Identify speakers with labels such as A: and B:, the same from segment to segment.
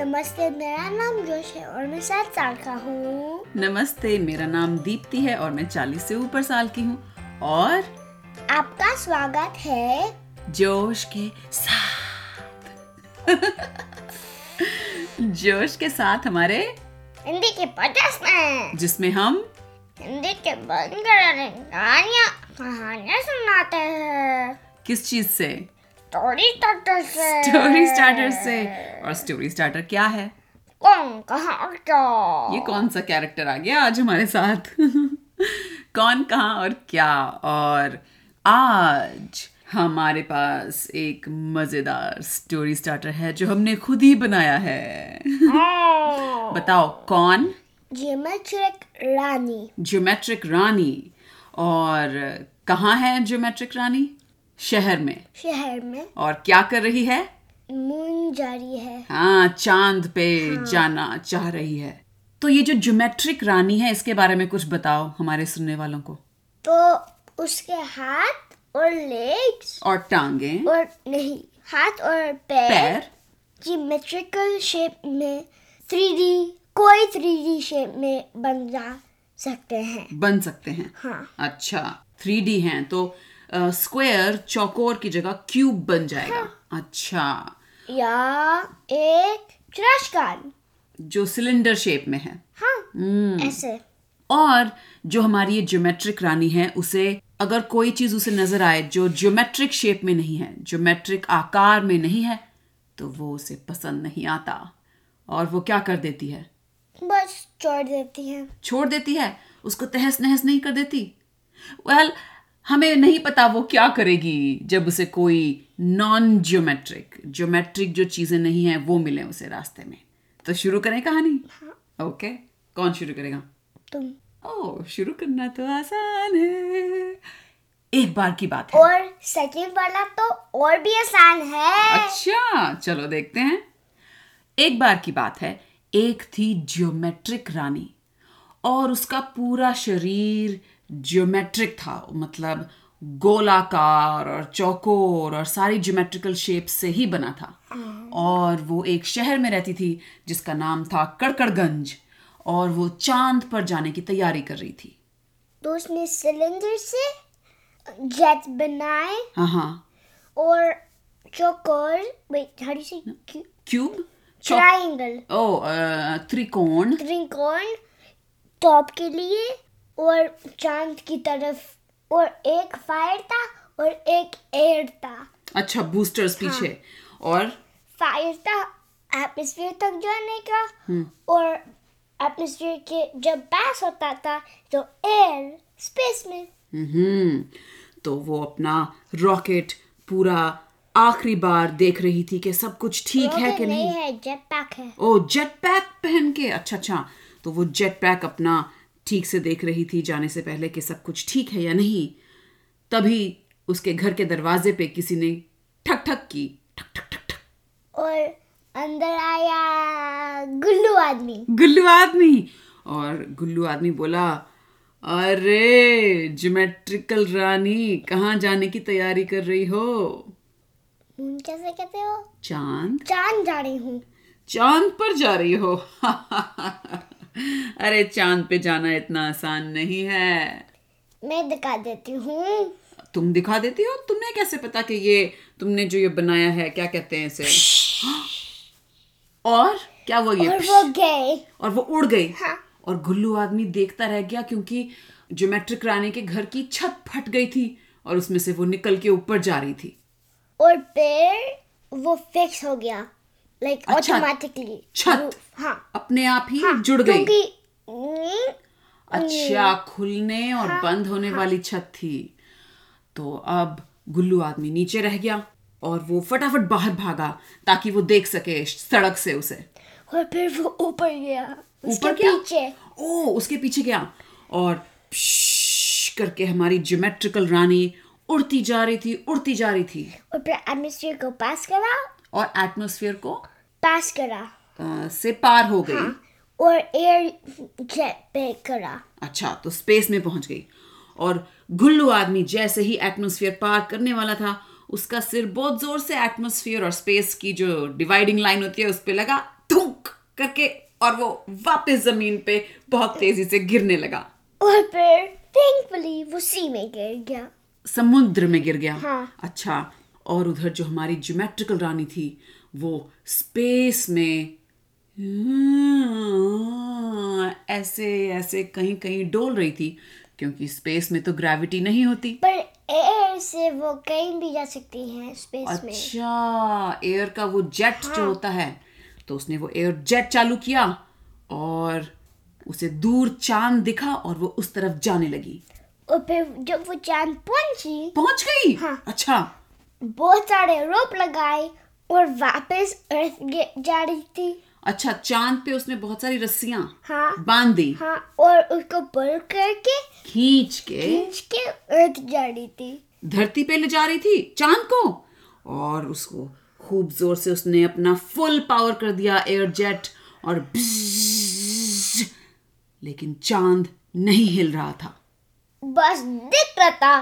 A: नमस्ते मेरा नाम जोश है और मैं सात साल का हूँ
B: नमस्ते मेरा नाम दीप्ति है और मैं 40 से ऊपर साल की हूँ और
A: आपका स्वागत है
B: जोश के साथ जोश के साथ हमारे
A: हिंदी के पचास में
B: जिसमें हम
A: हिंदी के बनकर कहानियाँ कहानियाँ सुनाते हैं
B: किस चीज से
A: स्टोरी स्टार्टर से
B: स्टोरी स्टार्टर से और स्टोरी स्टार्टर क्या है
A: कौन कहाँ क्या
B: ये कौन सा कैरेक्टर आ गया आज हमारे साथ कौन कहाँ और क्या और आज हमारे पास एक मजेदार स्टोरी स्टार्टर है जो हमने खुद ही बनाया है
A: हाँ।
B: बताओ कौन
A: जियोमेट्रिक रानी
B: ज्योमेट्रिक रानी और कहाँ है ज्योमेट्रिक रानी शहर में
A: शहर में
B: और क्या कर रही है
A: मून जारी है
B: हाँ चांद पे जाना चाह रही है तो ये जो ज्योमेट्रिक रानी है इसके बारे में कुछ बताओ हमारे सुनने वालों को
A: तो उसके हाथ और लेग्स
B: और टांगे
A: और नहीं हाथ और पैर
B: पैर
A: जियोमेट्रिकल शेप में थ्री कोई थ्री शेप में बन जा सकते हैं
B: बन सकते हैं
A: हाँ
B: अच्छा थ्री डी है तो स्क्वायर चौकोर की जगह क्यूब बन जाएगा अच्छा
A: या एक ट्रश कान
B: जो सिलेंडर शेप में है
A: हाँ ऐसे
B: और जो हमारी ये ज्योमेट्रिक रानी है उसे अगर कोई चीज उसे नजर आए जो ज्योमेट्रिक शेप में नहीं है ज्योमेट्रिक आकार में नहीं है तो वो उसे पसंद नहीं आता और वो क्या कर देती है
A: बस छोड़ देती हैं
B: छोड़ देती है उसको तहस नहस नहीं कर देती वेल well, हमें नहीं पता वो क्या करेगी जब उसे कोई नॉन ज्योमेट्रिक ज्योमेट्रिक जो चीजें नहीं है वो मिले उसे रास्ते में तो शुरू करें कहानी ओके कौन शुरू करेगा
A: तुम
B: ओ शुरू करना तो आसान है एक बार की बात है
A: और सेकंड वाला तो और भी आसान है
B: अच्छा चलो देखते हैं एक बार की बात है एक थी ज्योमेट्रिक रानी और उसका पूरा शरीर ज्योमेट्रिक था मतलब गोलाकार और चौकोर और सारी ज्योमेट्रिकल शेप से ही बना था और वो एक शहर में रहती थी जिसका नाम था कड़कड़गंज और वो चांद पर जाने की तैयारी कर रही थी
A: तो उसने सिलेंडर से जेट बनाए
B: हाँ हाँ
A: और चौकोर wait how do say
B: cube चौक
A: triangle
B: oh uh, Oh, uh, त्रिकोण
A: त्रिकोण टॉप के लिए और चांद की तरफ और एक फायर था और एक एयर था
B: अच्छा बूस्टर्स पीछे और
A: फायर था एटमोस्फेयर तक जाने का
B: हम्म।
A: और एटमोस्फेयर के जब पास होता था तो एयर स्पेस में
B: हम्म तो वो अपना रॉकेट पूरा आखिरी बार देख रही थी कि सब कुछ ठीक है
A: Rocket
B: कि
A: नहीं
B: नहीं
A: है जेट पैक है
B: ओ जेट पैक पहन के अच्छा अच्छा तो वो जेट पैक अपना ठीक से देख रही थी जाने से पहले कि सब कुछ ठीक है या नहीं तभी उसके घर के दरवाजे पे किसी ने ठक ठक की ठक ठक ठक ठक
A: और अंदर आया गुल्लू आदमी
B: गुल्लू आदमी और गुल्लू आदमी बोला अरे ज्योमेट्रिकल रानी कहाँ जाने की तैयारी कर रही हो
A: मून कैसे कहते हो
B: चांद
A: चांद जा रही हूँ
B: चांद पर जा रही हो अरे चांद पे जाना इतना आसान नहीं है
A: मैं दिखा देती हूँ
B: तुम दिखा देती हो तुम्हें कैसे पता कि ये तुमने जो ये बनाया है क्या कहते हैं इसे और क्या वो ये
A: और वो गए
B: और वो उड़ गई
A: हाँ।
B: और गुल्लू आदमी देखता रह गया क्योंकि ज्योमेट्रिक रानी के घर की छत फट गई थी और उसमें से वो निकल के ऊपर जा रही थी
A: और पेड़ वो फिक्स हो गया लाइक
B: अच्छा,
A: ऑटोमेटिकली
B: छत।
A: हाँ
B: अपने आप ही जुड़ गई
A: क्योंकि हम्म, नींद
B: अच्छा खुलने और
A: हाँ,
B: बंद होने वाली छत थी तो अब गुल्लू आदमी नीचे रह गया और वो फटाफट बाहर भागा ताकि वो देख सके सड़क से उसे
A: और फिर वो ऊपर गया उसके
B: ऊपर गया?
A: पीछे
B: ओ उसके पीछे गया और प्श्श करके हमारी ज्योमेट्रिकल रानी उड़ती जा रही थी उड़ती जा रही थी
A: और फिर एटमोस्फेयर को पास करा
B: और एटमोस्फेयर को
A: पास करा
B: अ, से पार हो गई
A: और एयर जेट पे करा
B: अच्छा तो स्पेस में पहुंच गई और गुल्लू आदमी जैसे ही एटमोसफियर पार करने वाला था उसका सिर बहुत जोर से एटमोसफियर और स्पेस की जो डिवाइडिंग लाइन होती है उस पर लगा थूक करके और वो वापस जमीन पे बहुत तेजी से गिरने लगा
A: और फिर थैंकफुली वो सी में गिर गया
B: समुद्र में गिर गया
A: हाँ।
B: अच्छा और उधर जो हमारी ज्योमेट्रिकल रानी थी वो स्पेस में हाँ, ऐसे ऐसे कहीं कहीं डोल रही थी क्योंकि स्पेस में तो ग्रेविटी नहीं होती
A: पर एयर से वो कहीं भी जा सकती है स्पेस में हाँ।
B: अच्छा एयर का वो जेट जो होता है तो उसने वो एयर जेट चालू किया और उसे दूर चांद दिखा और वो उस तरफ जाने लगी
A: और फिर जब वो चांद पहुंची
B: पहुंच गई
A: हाँ।
B: अच्छा
A: बहुत सारे रोप लगाए और वापस अर्थ जा रही थी
B: अच्छा चांद पे उसने बहुत सारी रस्सियां
A: हाँ।
B: बांध दी
A: हाँ और उसको पुल करके
B: खींच के
A: खींच के अर्थ जा रही थी
B: धरती पे ले जा रही थी चांद को और उसको खूब जोर से उसने अपना फुल पावर कर दिया एयर जेट और bzzz, लेकिन चांद नहीं हिल रहा था
A: बस दिख रहा था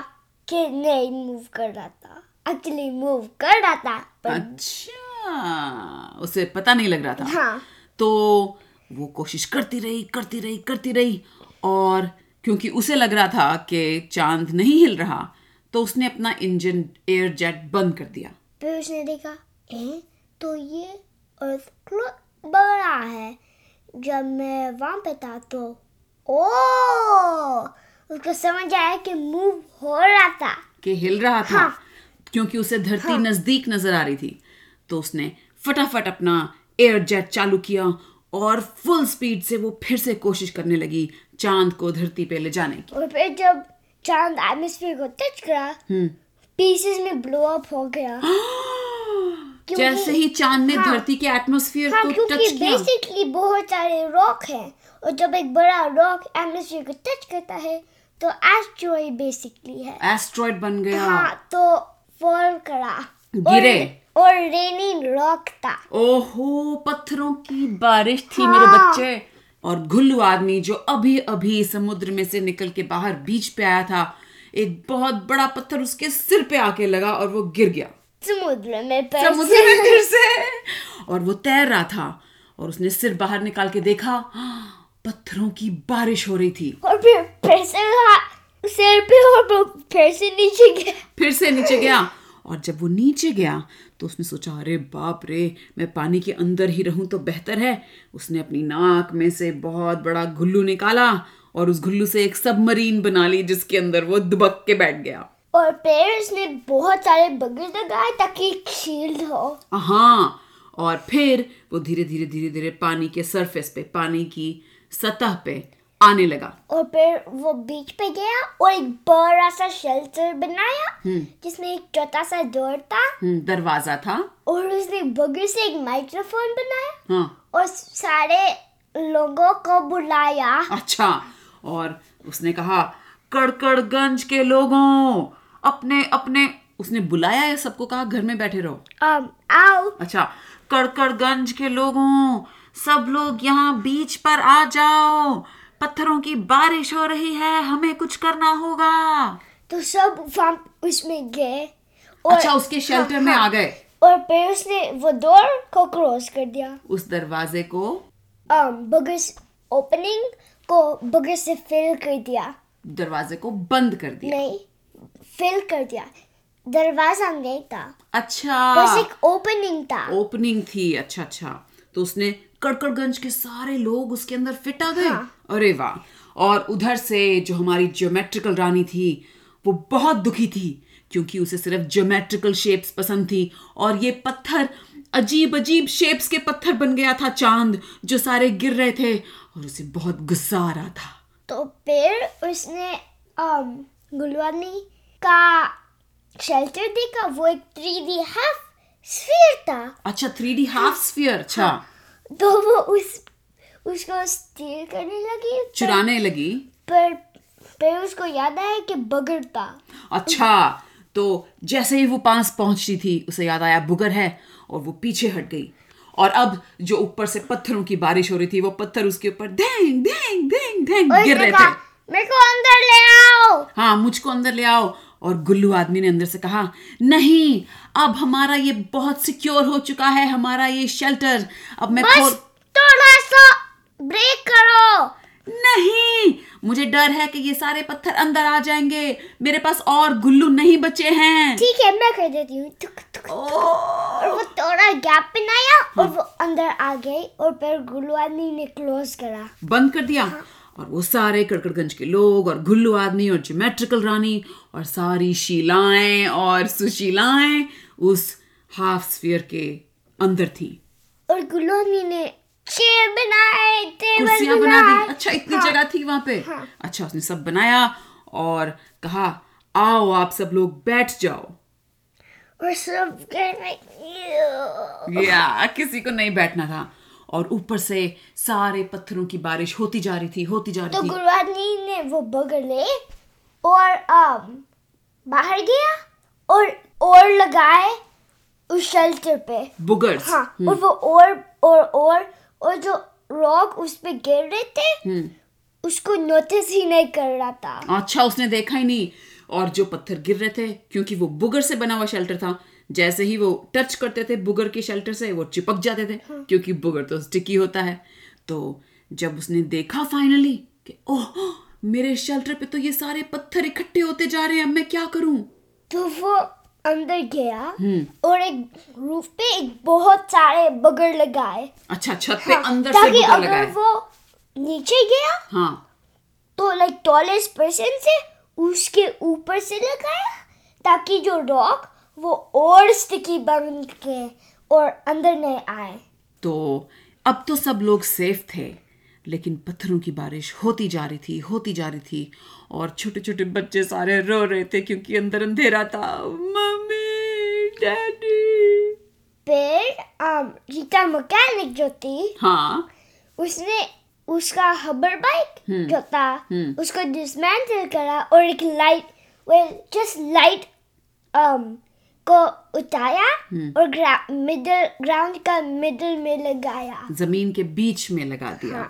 A: कि नहीं मूव कर रहा था एक्चुअली मूव कर रहा था पर
B: अच्छा उसे पता नहीं लग रहा था
A: हाँ।
B: तो वो कोशिश करती रही करती रही करती रही और क्योंकि उसे लग रहा था कि चांद नहीं हिल रहा तो उसने अपना इंजन एयर जेट बंद कर दिया
A: फिर उसने देखा ए तो ये अर्थ क्लो- बड़ा है जब मैं वहां पे था तो ओ उसको समझ आया कि मूव हो रहा था
B: कि हिल रहा था
A: हाँ।
B: क्योंकि उसे धरती नजदीक नजर आ रही थी तो उसने फटाफट अपना एयर जेट चालू किया और फुल स्पीड से वो फिर से कोशिश करने लगी चांद को धरती पे ले जाने की
A: और फिर जब चांद एटमोस्फेयर को टच करा
B: हम्म,
A: पीसेस में ब्लो अप हो गया क्योंकि-
B: जैसे ही चांद ने
A: हाँ।
B: धरती के एटमोस्फियर
A: हाँ
B: को
A: क्योंकि
B: टच किया
A: बेसिकली बहुत सारे रॉक हैं और जब एक बड़ा रॉक एटमोस्फेयर को टच करता है तो एस्ट्रॉइड बेसिकली है
B: एस्ट्रॉइड बन गया
A: हाँ तो फॉल करा
B: गिरे।
A: और, और रेनिंग रॉक था
B: ओहो पत्थरों की बारिश थी मेरे
A: हाँ।
B: बच्चे और घुल्लू आदमी जो अभी अभी समुद्र में से निकल के बाहर बीच पे आया था एक बहुत बड़ा पत्थर उसके सिर पे आके लगा और वो गिर गया
A: समुद्र में
B: समुद्र में
A: पैसे
B: फिर से और वो तैर रहा था और उसने सिर बाहर निकाल के देखा हाँ, पत्थरों की बारिश हो रही थी
A: और फिर पैसे हाँ, सिर पे और वो फिर से नीचे गया
B: फिर से नीचे गया और जब वो नीचे गया तो उसने सोचा अरे बाप रे मैं पानी के अंदर ही रहूं तो बेहतर है उसने अपनी नाक में से बहुत बड़ा घुल्लू निकाला और उस घुल्लू से एक सबमरीन बना ली जिसके अंदर वो दुबक के बैठ गया
A: और फिर उसने बहुत सारे बगल लगाए ताकि शील्ड हो
B: हाँ और फिर वो धीरे धीरे धीरे धीरे पानी के सरफेस पे पानी की सतह पे आने लगा
A: और फिर वो बीच पे गया और एक बड़ा सा शेल्टर बनाया जिसमें एक छोटा सा डोर था
B: हम्म, दरवाजा था
A: और उसने बगल से एक माइक्रोफोन बनाया
B: हाँ
A: और सारे लोगों को बुलाया
B: अच्छा और उसने कहा कड़कड़गंज के लोगों अपने अपने उसने बुलाया है सबको कहा घर में बैठे रहो
A: um, आओ
B: अच्छा कड़कड़गंज के लोगों सब लोग यहाँ बीच पर आ जाओ पत्थरों की बारिश हो रही है हमें कुछ करना होगा
A: तो सब वहाँ उसमें गए हाँ,
B: अच्छा उसके शेल्टर में आ गए
A: और फिर उसने वो डोर को क्रॉस कर दिया
B: उस दरवाजे को
A: um, बगस ओपनिंग को बगस से फिल कर दिया
B: दरवाजे को बंद कर दिया
A: नहीं फिल कर दिया दरवाजा नहीं था बस
B: अच्छा
A: एक ओपनिंग था
B: ओपनिंग थी अच्छा अच्छा तो उसने कड़कड़गंज के सारे लोग उसके अंदर फिट आ गए अरे वाह और उधर से जो हमारी ज्योमेट्रिकल रानी थी वो बहुत दुखी थी क्योंकि उसे सिर्फ ज्योमेट्रिकल शेप्स पसंद थी और ये पत्थर अजीब अजीब शेप्स के पत्थर बन गया था चांद जो सारे गिर रहे थे और उसे बहुत गुस्सा आ रहा था
A: तो फिर उसने um, गुलवानी का शेल्टर देखा वो एक थ्री डी हाफ स्फीयर था
B: अच्छा थ्री डी हाफ स्फीयर अच्छा
A: तो वो उस उसको स्टील करने लगी पर-
B: चुराने लगी
A: पर पर उसको याद आया कि बगर था
B: अच्छा तो जैसे ही वो पास पहुंचती थी उसे याद आया बुगर है और वो पीछे हट गई और अब जो ऊपर से पत्थरों की बारिश हो रही थी वो पत्थर उसके ऊपर धैंग धैंग धैंग धैंग
A: और
B: गिर
A: उसने
B: रहे
A: कहा,
B: थे
A: मेरे को अंदर ले आओ
B: हाँ मुझको अंदर ले आओ और गुल्लू आदमी ने अंदर से कहा नहीं अब हमारा ये बहुत सिक्योर हो चुका है हमारा ये शेल्टर अब मैं
A: बस
B: खोल
A: तो थोड़ा सा ब्रेक करो
B: नहीं मुझे डर है कि ये सारे पत्थर अंदर आ जाएंगे मेरे पास और गुल्लू नहीं बचे हैं
A: ठीक है मैं कर देती हूँ टुक, टुक।
B: ओह, हम्म।
A: और वो थोड़ा गैप बनाया और वो अंदर आ गई और फिर गुल्लू आदमी ने क्लोज करा
B: बंद कर दिया
A: हाँ।
B: और वो सारे कड़कड़गंज के लोग और गुल्लू आदमी और ज्योमेट्रिकल रानी और सारी शीलाएं और सुशीलाएं उस हाफ स्फीयर के अंदर थी
A: और गुल्लू आदमी ने चेयर बनाए टेबल हाँ।
B: कुर्सियां बना
A: बनाए
B: दी अच्छा इतनी जगह थी वहां पे अच्छा उसने सब बनाया और कहा आओ आप सब लोग बैठ जाओ अच्छा।
A: और सब कह रहे
B: या किसी को नहीं बैठना था और ऊपर से सारे पत्थरों की बारिश होती जा रही थी होती जा
A: तो
B: रही थी
A: गुरुवानी ने वो बगर ले और अम, बाहर गया और और लगाए उस शेल्टर पे
B: बुगर्स
A: हाँ और वो और और और और जो रॉक उस पे गिर रहे थे
B: हम्म।
A: उसको नोटिस ही नहीं कर रहा था
B: अच्छा उसने देखा ही नहीं और जो पत्थर गिर रहे थे क्योंकि वो बुगर से बना हुआ शेल्टर था जैसे ही वो टच करते थे बुगर के शेल्टर से वो चिपक जाते थे
A: हाँ।
B: क्योंकि बुगर तो स्टिकी होता है तो जब उसने देखा फाइनली कि ओह मेरे शेल्टर पे तो ये सारे पत्थर इकट्ठे होते जा रहे हैं अब मैं क्या करूं
A: तो वो अंदर गया
B: हम्म।
A: और एक रूफ पे एक बहुत सारे बगर लगाए
B: अच्छा छत पे
A: हाँ,
B: अंदर से
A: ताकि
B: बुगर
A: अगर
B: लगाए
A: वो नीचे गया
B: हाँ
A: तो लाइक टॉलेस्ट पर्सन से उसके ऊपर से लगाया ताकि जो रॉक वो और स्टिकी बन के और अंदर नहीं आए
B: तो अब तो सब लोग सेफ थे लेकिन पत्थरों की बारिश होती जा रही थी होती जा रही थी और छोटे छोटे बच्चे सारे रो रहे थे क्योंकि अंदर अंधेरा था मम्मी डैडी
A: फिर अम, रीटा मैकेनिक जो थी
B: हाँ
A: उसने उसका हबर बाइक जो था
B: हम्म।
A: उसको डिसमेंटल करा और एक light well just light um, को उठाया
B: हम्म।
A: और ग्रा, मिडल ग्राउंड का मिडल में लगाया
B: जमीन के बीच में लगा दिया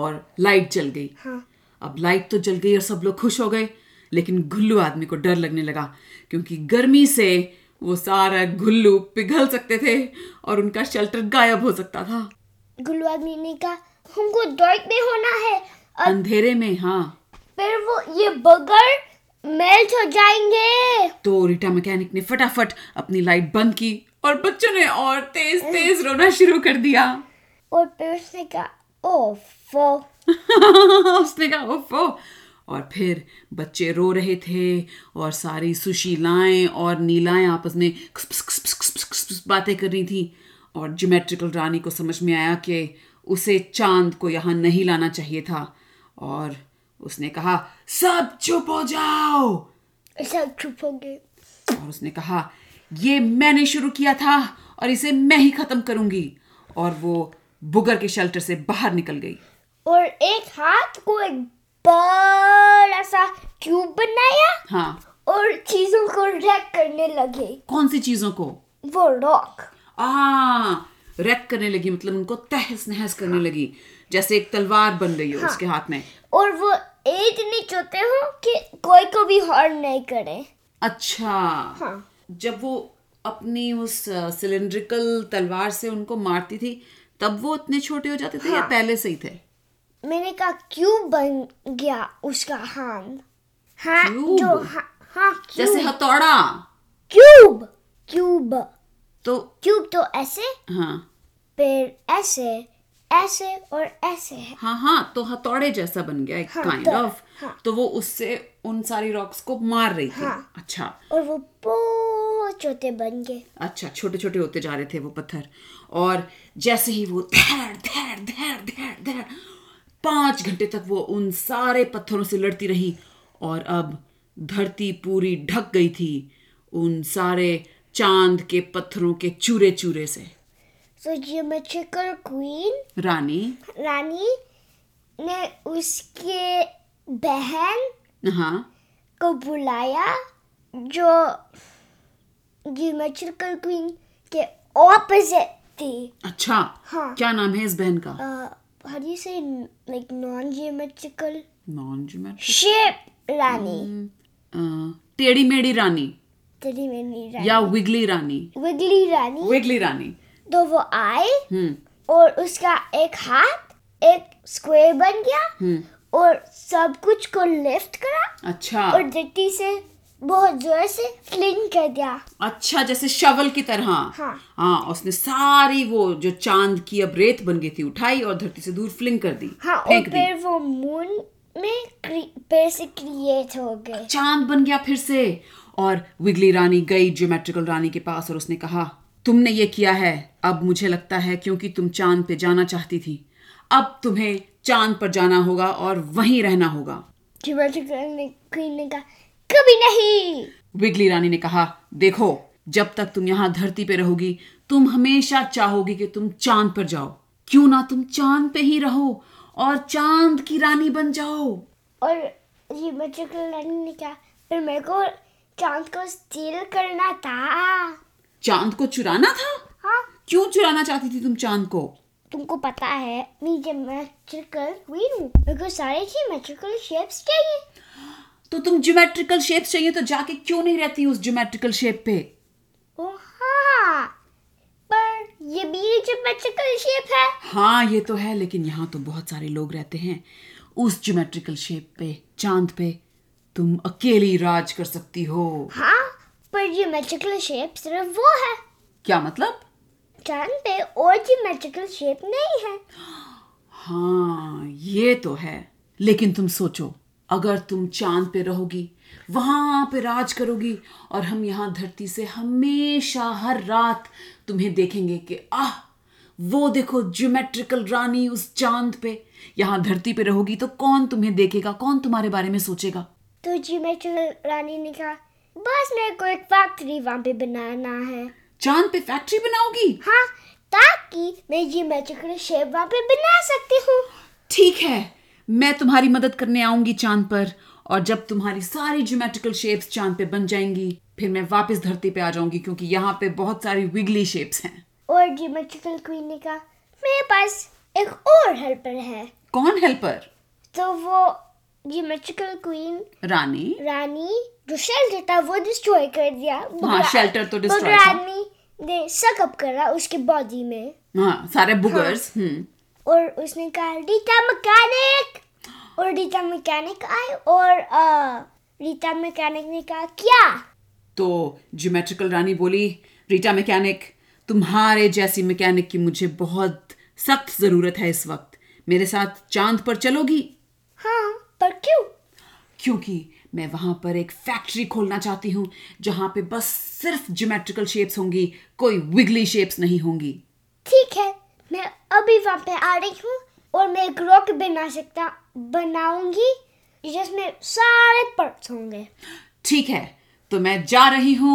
B: और लाइट जल गई
A: हाँ।
B: अब लाइट तो जल गई और सब लोग खुश हो गए लेकिन घुल्लू आदमी को डर लगने लगा क्योंकि गर्मी से वो सारा घुल्लू पिघल सकते थे और उनका शेल्टर गायब हो सकता था
A: गुल्लू आदमी ने कहा हमको डार्क में होना है और
B: अंधेरे में हाँ
A: फिर वो ये बगर मेल्ट हो जाएंगे
B: तो रीटा मैकेनिक ने फटाफट अपनी लाइट बंद की और बच्चों ने और तेज तेज रोना शुरू कर दिया
A: और फिर उसने कहा ओ फो
B: उसने कहा ओफो और फिर बच्चे रो रहे थे और सारी सुशीलाएं और नीलाएं आपस में खस- खस- खस- खस- खस- खस- बातें कर रही थी और ज्योमेट्रिकल रानी को समझ में आया कि उसे चांद को यहाँ नहीं लाना चाहिए था और उसने कहा सब चुप हो जाओ
A: सब चुप हो गए
B: और उसने कहा ये मैंने शुरू किया था और इसे मैं ही खत्म करूंगी और वो बुगर के शेल्टर से बाहर निकल गई
A: और एक हाथ को एक बड़ा सा ट्यूब बनाया
B: हाँ
A: और चीजों को रैक करने लगे
B: कौन सी चीजों को
A: वो रॉक
B: आ रैक करने लगी मतलब उनको तहस नहस करने लगी जैसे एक तलवार बन गई हो उसके हाथ में
A: और वो इतने चोते हो कि कोई को भी हार्म नहीं करे
B: अच्छा
A: हाँ।
B: जब वो अपनी उस सिलेंड्रिकल तलवार से उनको मारती थी तब वो इतने छोटे हो जाते थे या पहले से ही थे
A: मैंने कहा क्यों बन गया उसका हाथ हाँ
B: Cube?
A: जो हाँ हाँ
B: जैसे
A: क्यूब
B: हथौड़ा
A: क्यूब क्यूब
B: तो
A: क्यूब तो ऐसे
B: हाँ
A: फिर ऐसे ऐसे और ऐसे है
B: हाँ हाँ तो हथौड़े जैसा बन गया एक
A: हाँ,
B: काइंड
A: तो-
B: ऑफ
A: हाँ।
B: तो वो उससे उन सारी रॉक्स को मार रही थी
A: हाँ।
B: अच्छा
A: और वो बहुत छोटे बन गए
B: अच्छा छोटे छोटे होते जा रहे थे वो पत्थर और जैसे ही वो धैर धैर धैर धैर धैर पांच घंटे तक वो उन सारे पत्थरों से लड़ती रही और अब धरती पूरी ढक गई थी उन सारे चांद के पत्थरों के चूरे चूरे से
A: तो जियोमेट्रिकल क्वीन
B: रानी
A: रानी ने उसके बहन
B: हाँ
A: को बुलाया जो जियोमेट्रिकल क्वीन के ऑपोजिट थी
B: अच्छा
A: हाँ।
B: क्या नाम है इस बहन का
A: how do you say like non-geometrical
B: non जुमेट
A: shape रानी
B: टेढ़ी मेढ़ी रानी
A: तेरी मेरी रानी
B: या विगली रानी
A: विगली रानी
B: विगली रानी
A: तो वो आए
B: हम्म
A: और उसका एक हाथ एक स्क्वायर बन गया और सब कुछ को लिफ्ट करा
B: अच्छा
A: और जट्टी से बहुत जोर से फ्लिंग कर दिया
B: अच्छा जैसे शवल की तरह
A: हाँ।
B: हाँ उसने सारी वो जो चांद की अब रेत बन गई थी उठाई और धरती से दूर फ्लिंग कर दी
A: हाँ और
B: फेंक दी
A: फिर वो मून में क्रि- फिर से क्रिएट हो गए
B: चांद बन गया फिर से और विगली रानी गई ज्योमेट्रिकल रानी के पास और उसने कहा तुमने ये किया है अब मुझे लगता है क्योंकि तुम चांद पे जाना चाहती थी अब तुम्हें चांद पर जाना होगा और वहीं रहना होगा
A: ज्योमेट्रिकल ने क्वीन ने कहा कभी नहीं
B: विगली रानी ने कहा देखो जब तक तुम यहाँ धरती पे रहोगी तुम हमेशा चाहोगी कि तुम चांद पर जाओ क्यों ना तुम चांद पे ही रहो और चांद की रानी बन जाओ
A: और ज्योमेट्रिकल लाइन ने कहा पर मेरे को चांद को स्टील करना था
B: चांद को चुराना था
A: हाँ
B: क्यों चुराना चाहती थी तुम चांद को
A: तुमको पता है मैं ज्योमेट्रिकल क्वीन हूँ मेरे को सारे ज्योमेट्रिकल शेप्स चाहिए
B: तो तुम ज्योमेट्रिकल शेप चाहिए तो जाके क्यों नहीं रहती उस ज्योमेट्रिकल शेप पे
A: ओ हाँ पर ये भी ज्योमेट्रिकल शेप है
B: हाँ ये तो है लेकिन यहाँ तो बहुत सारे लोग रहते हैं उस ज्योमेट्रिकल शेप पे चांद पे तुम अकेली राज कर सकती हो
A: हाँ पर ज्योमेट्रिकल शेप सिर्फ वो है
B: क्या मतलब
A: चांद पे और ज्योमेट्रिकल शेप नहीं है
B: हाँ ये तो है लेकिन तुम सोचो अगर तुम चांद पे रहोगी वहां पे राज करोगी और हम यहाँ धरती से हमेशा हर रात तुम्हें देखेंगे कि आह वो देखो ज्योमेट्रिकल रानी उस चांद पे यहाँ धरती पे रहोगी तो कौन तुम्हें देखेगा कौन तुम्हारे बारे में सोचेगा
A: तो ज्योमेट्रिकल रानी ने कहा बस मेरे को एक फैक्ट्री वहाँ पे बनाना है
B: चांद पे फैक्ट्री बनाओगी
A: हाँ ताकि मैं ज्योमेट्रिकल शेप वहाँ पे बना सकती हूँ
B: ठीक है मैं तुम्हारी मदद करने आऊंगी चांद पर और जब तुम्हारी सारी ज्योमेट्रिकल शेप्स चांद पे बन जाएंगी फिर मैं वापस धरती पे आ जाऊंगी क्योंकि यहाँ पे बहुत सारी विगली शेप्स हैं
A: और ज्योमेट्रिकल क्वीन ने कहा मेरे पास एक और हेल्पर है
B: कौन हेल्पर
A: तो वो ज्योमेट्रिकल क्वीन
B: रानी
A: रानी जो शेल्टर था वो डिस्ट्रॉय कर दिया
B: हाँ, shelter तो destroy था।
A: रानी ने सकअप करा उसके बॉडी में
B: हाँ सारे बुगर्स हम्म
A: और उसने कहा रीता मैकेनिक और रीता मैकेनिक आए और अ, रीता मैकेनिक ने कहा क्या
B: तो ज्योमेट्रिकल रानी बोली रीटा मैकेनिक तुम्हारे जैसी मैकेनिक की मुझे बहुत सख्त जरूरत है इस वक्त मेरे साथ चांद पर चलोगी
A: हाँ पर क्यों
B: क्योंकि मैं वहां पर एक फैक्ट्री खोलना चाहती हूँ जहां पे बस सिर्फ ज्योमेट्रिकल शेप्स होंगी कोई विगली शेप्स नहीं होंगी
A: ठीक है मैं अभी वहाँ पे आ रही हूँ और मैं एक रॉकेट बना सकता बनाऊंगी जिसमें सारे पार्ट्स होंगे
B: ठीक है तो मैं जा रही हूँ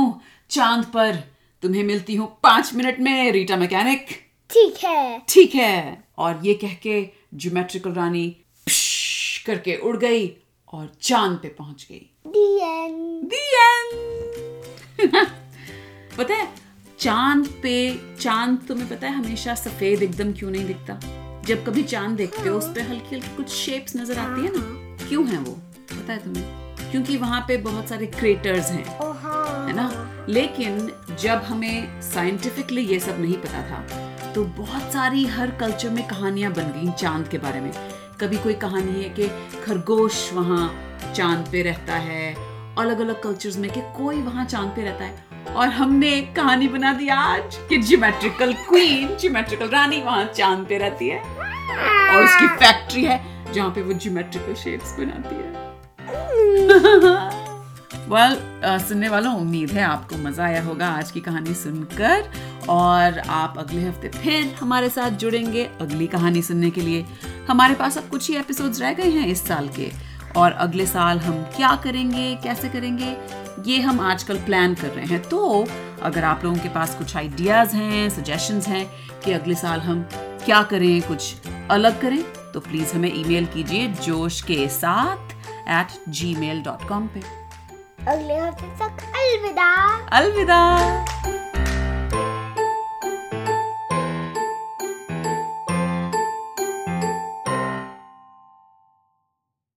B: चांद पर तुम्हें मिलती हूँ पांच मिनट में रीटा मैकेनिक
A: ठीक है
B: ठीक है और ये कह के ज्योमेट्रिकल रानी प्श करके उड़ गई और चांद पे पहुंच गई
A: दी एंड
B: The end. पता है चांद पे चांद तुम्हें पता है हमेशा सफेद एकदम क्यों नहीं दिखता जब कभी चांद देखते हो उस पे हल्की हल्की कुछ शेप्स नजर आती है ना क्यों है वो पता है तुम्हें क्योंकि वहां पे बहुत सारे क्रेटर्स हैं
A: ओ हाँ
B: है ना लेकिन जब हमें साइंटिफिकली ये सब नहीं पता था तो बहुत सारी हर कल्चर में कहानियां बन गई चांद के बारे में कभी कोई कहानी है कि खरगोश वहाँ चांद पे रहता है अलग अलग कल्चर्स में कि कोई वहाँ चांद पे रहता है और हमने कहानी बना दी आज कि ज्योमेट्रिकल क्वीन ज्योमेट्रिकल रानी वहाँ चांद पे रहती है
A: हाँ।
B: और उसकी फैक्ट्री है जहाँ पे वो ज्योमेट्रिकल शेप्स बनाती है वेल well, uh, सुनने वालों उम्मीद है आपको मज़ा आया होगा आज की कहानी सुनकर और आप अगले हफ्ते फिर हमारे साथ जुड़ेंगे अगली कहानी सुनने के लिए हमारे पास अब कुछ ही एपिसोड्स रह गए हैं इस साल के और अगले साल हम क्या करेंगे कैसे करेंगे ये हम आजकल प्लान कर रहे हैं तो अगर आप लोगों के पास कुछ आइडियाज़ हैं सजेशंस हैं कि अगले साल हम क्या करें कुछ अलग करें तो प्लीज़ हमें ईमेल कीजिए जोश के साथ at gmail.com पे
A: अगले हफ्ते तक अलविदा
B: अलविदा